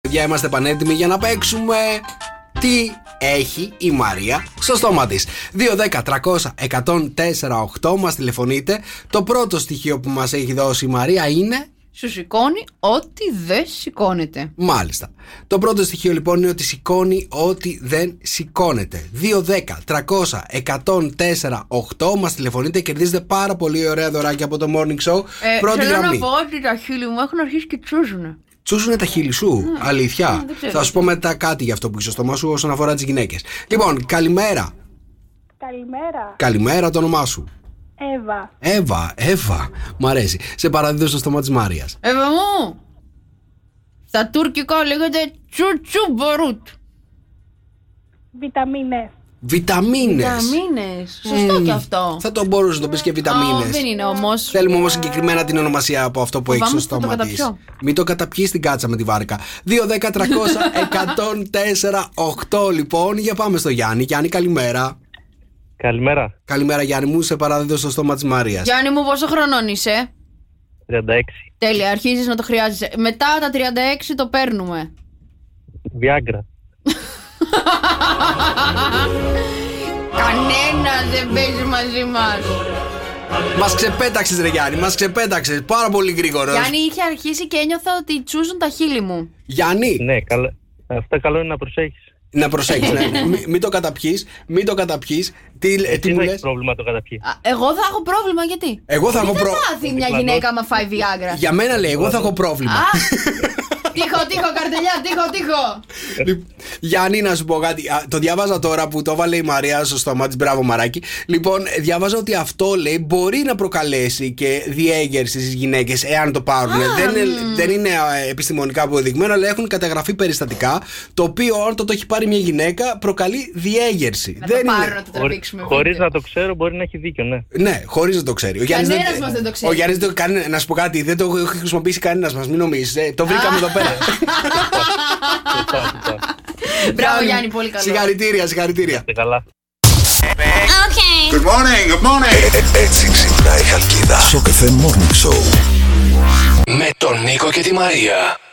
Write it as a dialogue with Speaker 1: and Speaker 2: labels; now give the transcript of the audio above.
Speaker 1: Παιδιά, είμαστε πανέτοιμοι για να παίξουμε. Τι έχει η Μαρία στο στόμα της. 2-10-300-1048 μας τηλεφωνείτε. Το πρώτο στοιχείο που μας έχει δώσει η Μαρία είναι.
Speaker 2: Σου σηκώνει ό,τι δεν σηκώνεται.
Speaker 1: Μάλιστα. Το πρώτο στοιχείο λοιπόν είναι ότι σηκώνει ό,τι δεν σηκώνεται. 2-10-300-1048 μας τηλεφωνείτε. Κερδίζετε πάρα πολύ ωραία δωράκια από το Morning Show.
Speaker 2: Ε,
Speaker 1: πρώτη
Speaker 2: θέλω
Speaker 1: γραμμή.
Speaker 2: να πω ότι τα χείλη μου έχουν αρχίσει και τσούζουν.
Speaker 1: Τσούσουνε τα χείλη σου. Αλήθεια.
Speaker 2: μ, Ναι. δεν ξέρω.
Speaker 1: Θα σου πω μετά κάτι για αυτό που είσαι στο στόμα σου όσον αφορά τις γυναίκες. Λοιπόν, καλημέρα.
Speaker 3: Καλημέρα.
Speaker 1: Καλημέρα το όνομά σου.
Speaker 3: Εύα.
Speaker 1: Εύα, Εύα. Μ' αρέσει. Σε παραδίδω στο στόμα της Μάριας.
Speaker 2: Εύα Ε, μου! Στα τουρκικά λέγεται τσουτσου μπορούτ.
Speaker 3: Βιταμίνες.
Speaker 1: Βιταμίνες.
Speaker 2: Βιταμίνες. Ε, Σωστό κι αυτό.
Speaker 1: Θα το μπορούσες να το πεις και βιταμίνε.
Speaker 2: Α, Δεν είναι όμως.
Speaker 1: Θέλουμε όμως συγκεκριμένα την ονομασία από αυτό που έχεις στο
Speaker 2: Φοβάμαι ότι
Speaker 1: στόμα
Speaker 2: θα το
Speaker 1: της.
Speaker 2: καταπιώ.
Speaker 1: Μην το καταπιείς την κάτσα με τη βάρκα. 2-10-300-1048 λοιπόν. Για πάμε στο Γιάννη. Γιάννη, καλημέρα.
Speaker 4: Καλημέρα.
Speaker 1: Καλημέρα, Γιάννη μου. Σε παραδίδω στο στόμα της Μαρίας.
Speaker 2: Γιάννη μου, πόσο χρονών είσαι.
Speaker 4: 36.
Speaker 2: Τέλεια, αρχίζεις να το χρειάζεσαι. Μετά τα 36 το παίρνουμε.
Speaker 4: Viagra.
Speaker 2: Κανένας δεν παίζει μαζί μας.
Speaker 1: Μας ξεπέταξες, ρε Γιάννη, μας ξεπέταξες. Πάρα πολύ γρήγορος.
Speaker 2: Γιάννη είχε αρχίσει και ένιωθα ότι τσούζουν τα χείλη μου.
Speaker 1: Γιάννη,
Speaker 4: Ναι, καλά. Αυτά καλό είναι να προσέχεις.
Speaker 1: να προσέξει. ναι. Μη- Μην το καταπιείς, μην το καταπιείς. Τι, τι
Speaker 4: Τι
Speaker 1: μου
Speaker 4: θα
Speaker 1: λε.
Speaker 4: έχεις πρόβλημα το καταπιείς.
Speaker 2: Α, Εγώ θα έχω πρόβλημα γιατί.
Speaker 1: Εγώ θα έχω
Speaker 2: Δεν θα
Speaker 1: πρόβλημα.
Speaker 2: πάθει μια γυναίκα με φάει Viagra.
Speaker 1: Για μένα λέει, εγώ θα έχω πρόβλημα.
Speaker 2: Α! Τύχο, τύχο, καρτελιά, τύχο, τύχο.
Speaker 1: Λοιπόν, Γιάννη, να σου πω κάτι. Α, Το διάβαζα τώρα που το έβαλε η Μαρία στο στόμα της. Μπράβο, Μαράκι. Λοιπόν, ε, διάβαζα ότι αυτό λέει μπορεί να προκαλέσει και διέγερση στις γυναίκες εάν το πάρουν. δεν, είναι, δεν είναι α, επιστημονικά αποδεικμένο, αλλά έχουν καταγραφεί περιστατικά το οποίο αν το, το έχει πάρει μια γυναίκα προκαλεί διέγερση.
Speaker 2: Να
Speaker 1: δεν
Speaker 2: το πάρω,
Speaker 1: είναι.
Speaker 2: να το τραβήξουμε.
Speaker 4: Χωρίς
Speaker 2: βίντεο.
Speaker 4: να το ξέρω, μπορεί να έχει δίκιο, ναι.
Speaker 1: Ναι, χωρίς να το ξέρει. Ο Γιάννης
Speaker 2: Κανένας μας δεν το ξέρει.
Speaker 1: Ο Γιάννης δεν το- κανένα- να σου πω κάτι, δεν το έχει χρησιμοποιήσει κανένας μας, μην νομίζεις. το βρήκαμε εδώ πέρα.
Speaker 4: Σωστά, σωστά.
Speaker 2: Μπράβο, Γιάννη, πολύ καλό.
Speaker 1: Συγχαρητήρια, συγχαρητήρια.
Speaker 4: Είστε καλά.
Speaker 5: Good morning, good morning.
Speaker 6: Ε- Έτσι ξυπνάει η Χαλκίδα. Σοκ FM Morning Show. Με τον Νίκο και τη Μαρία.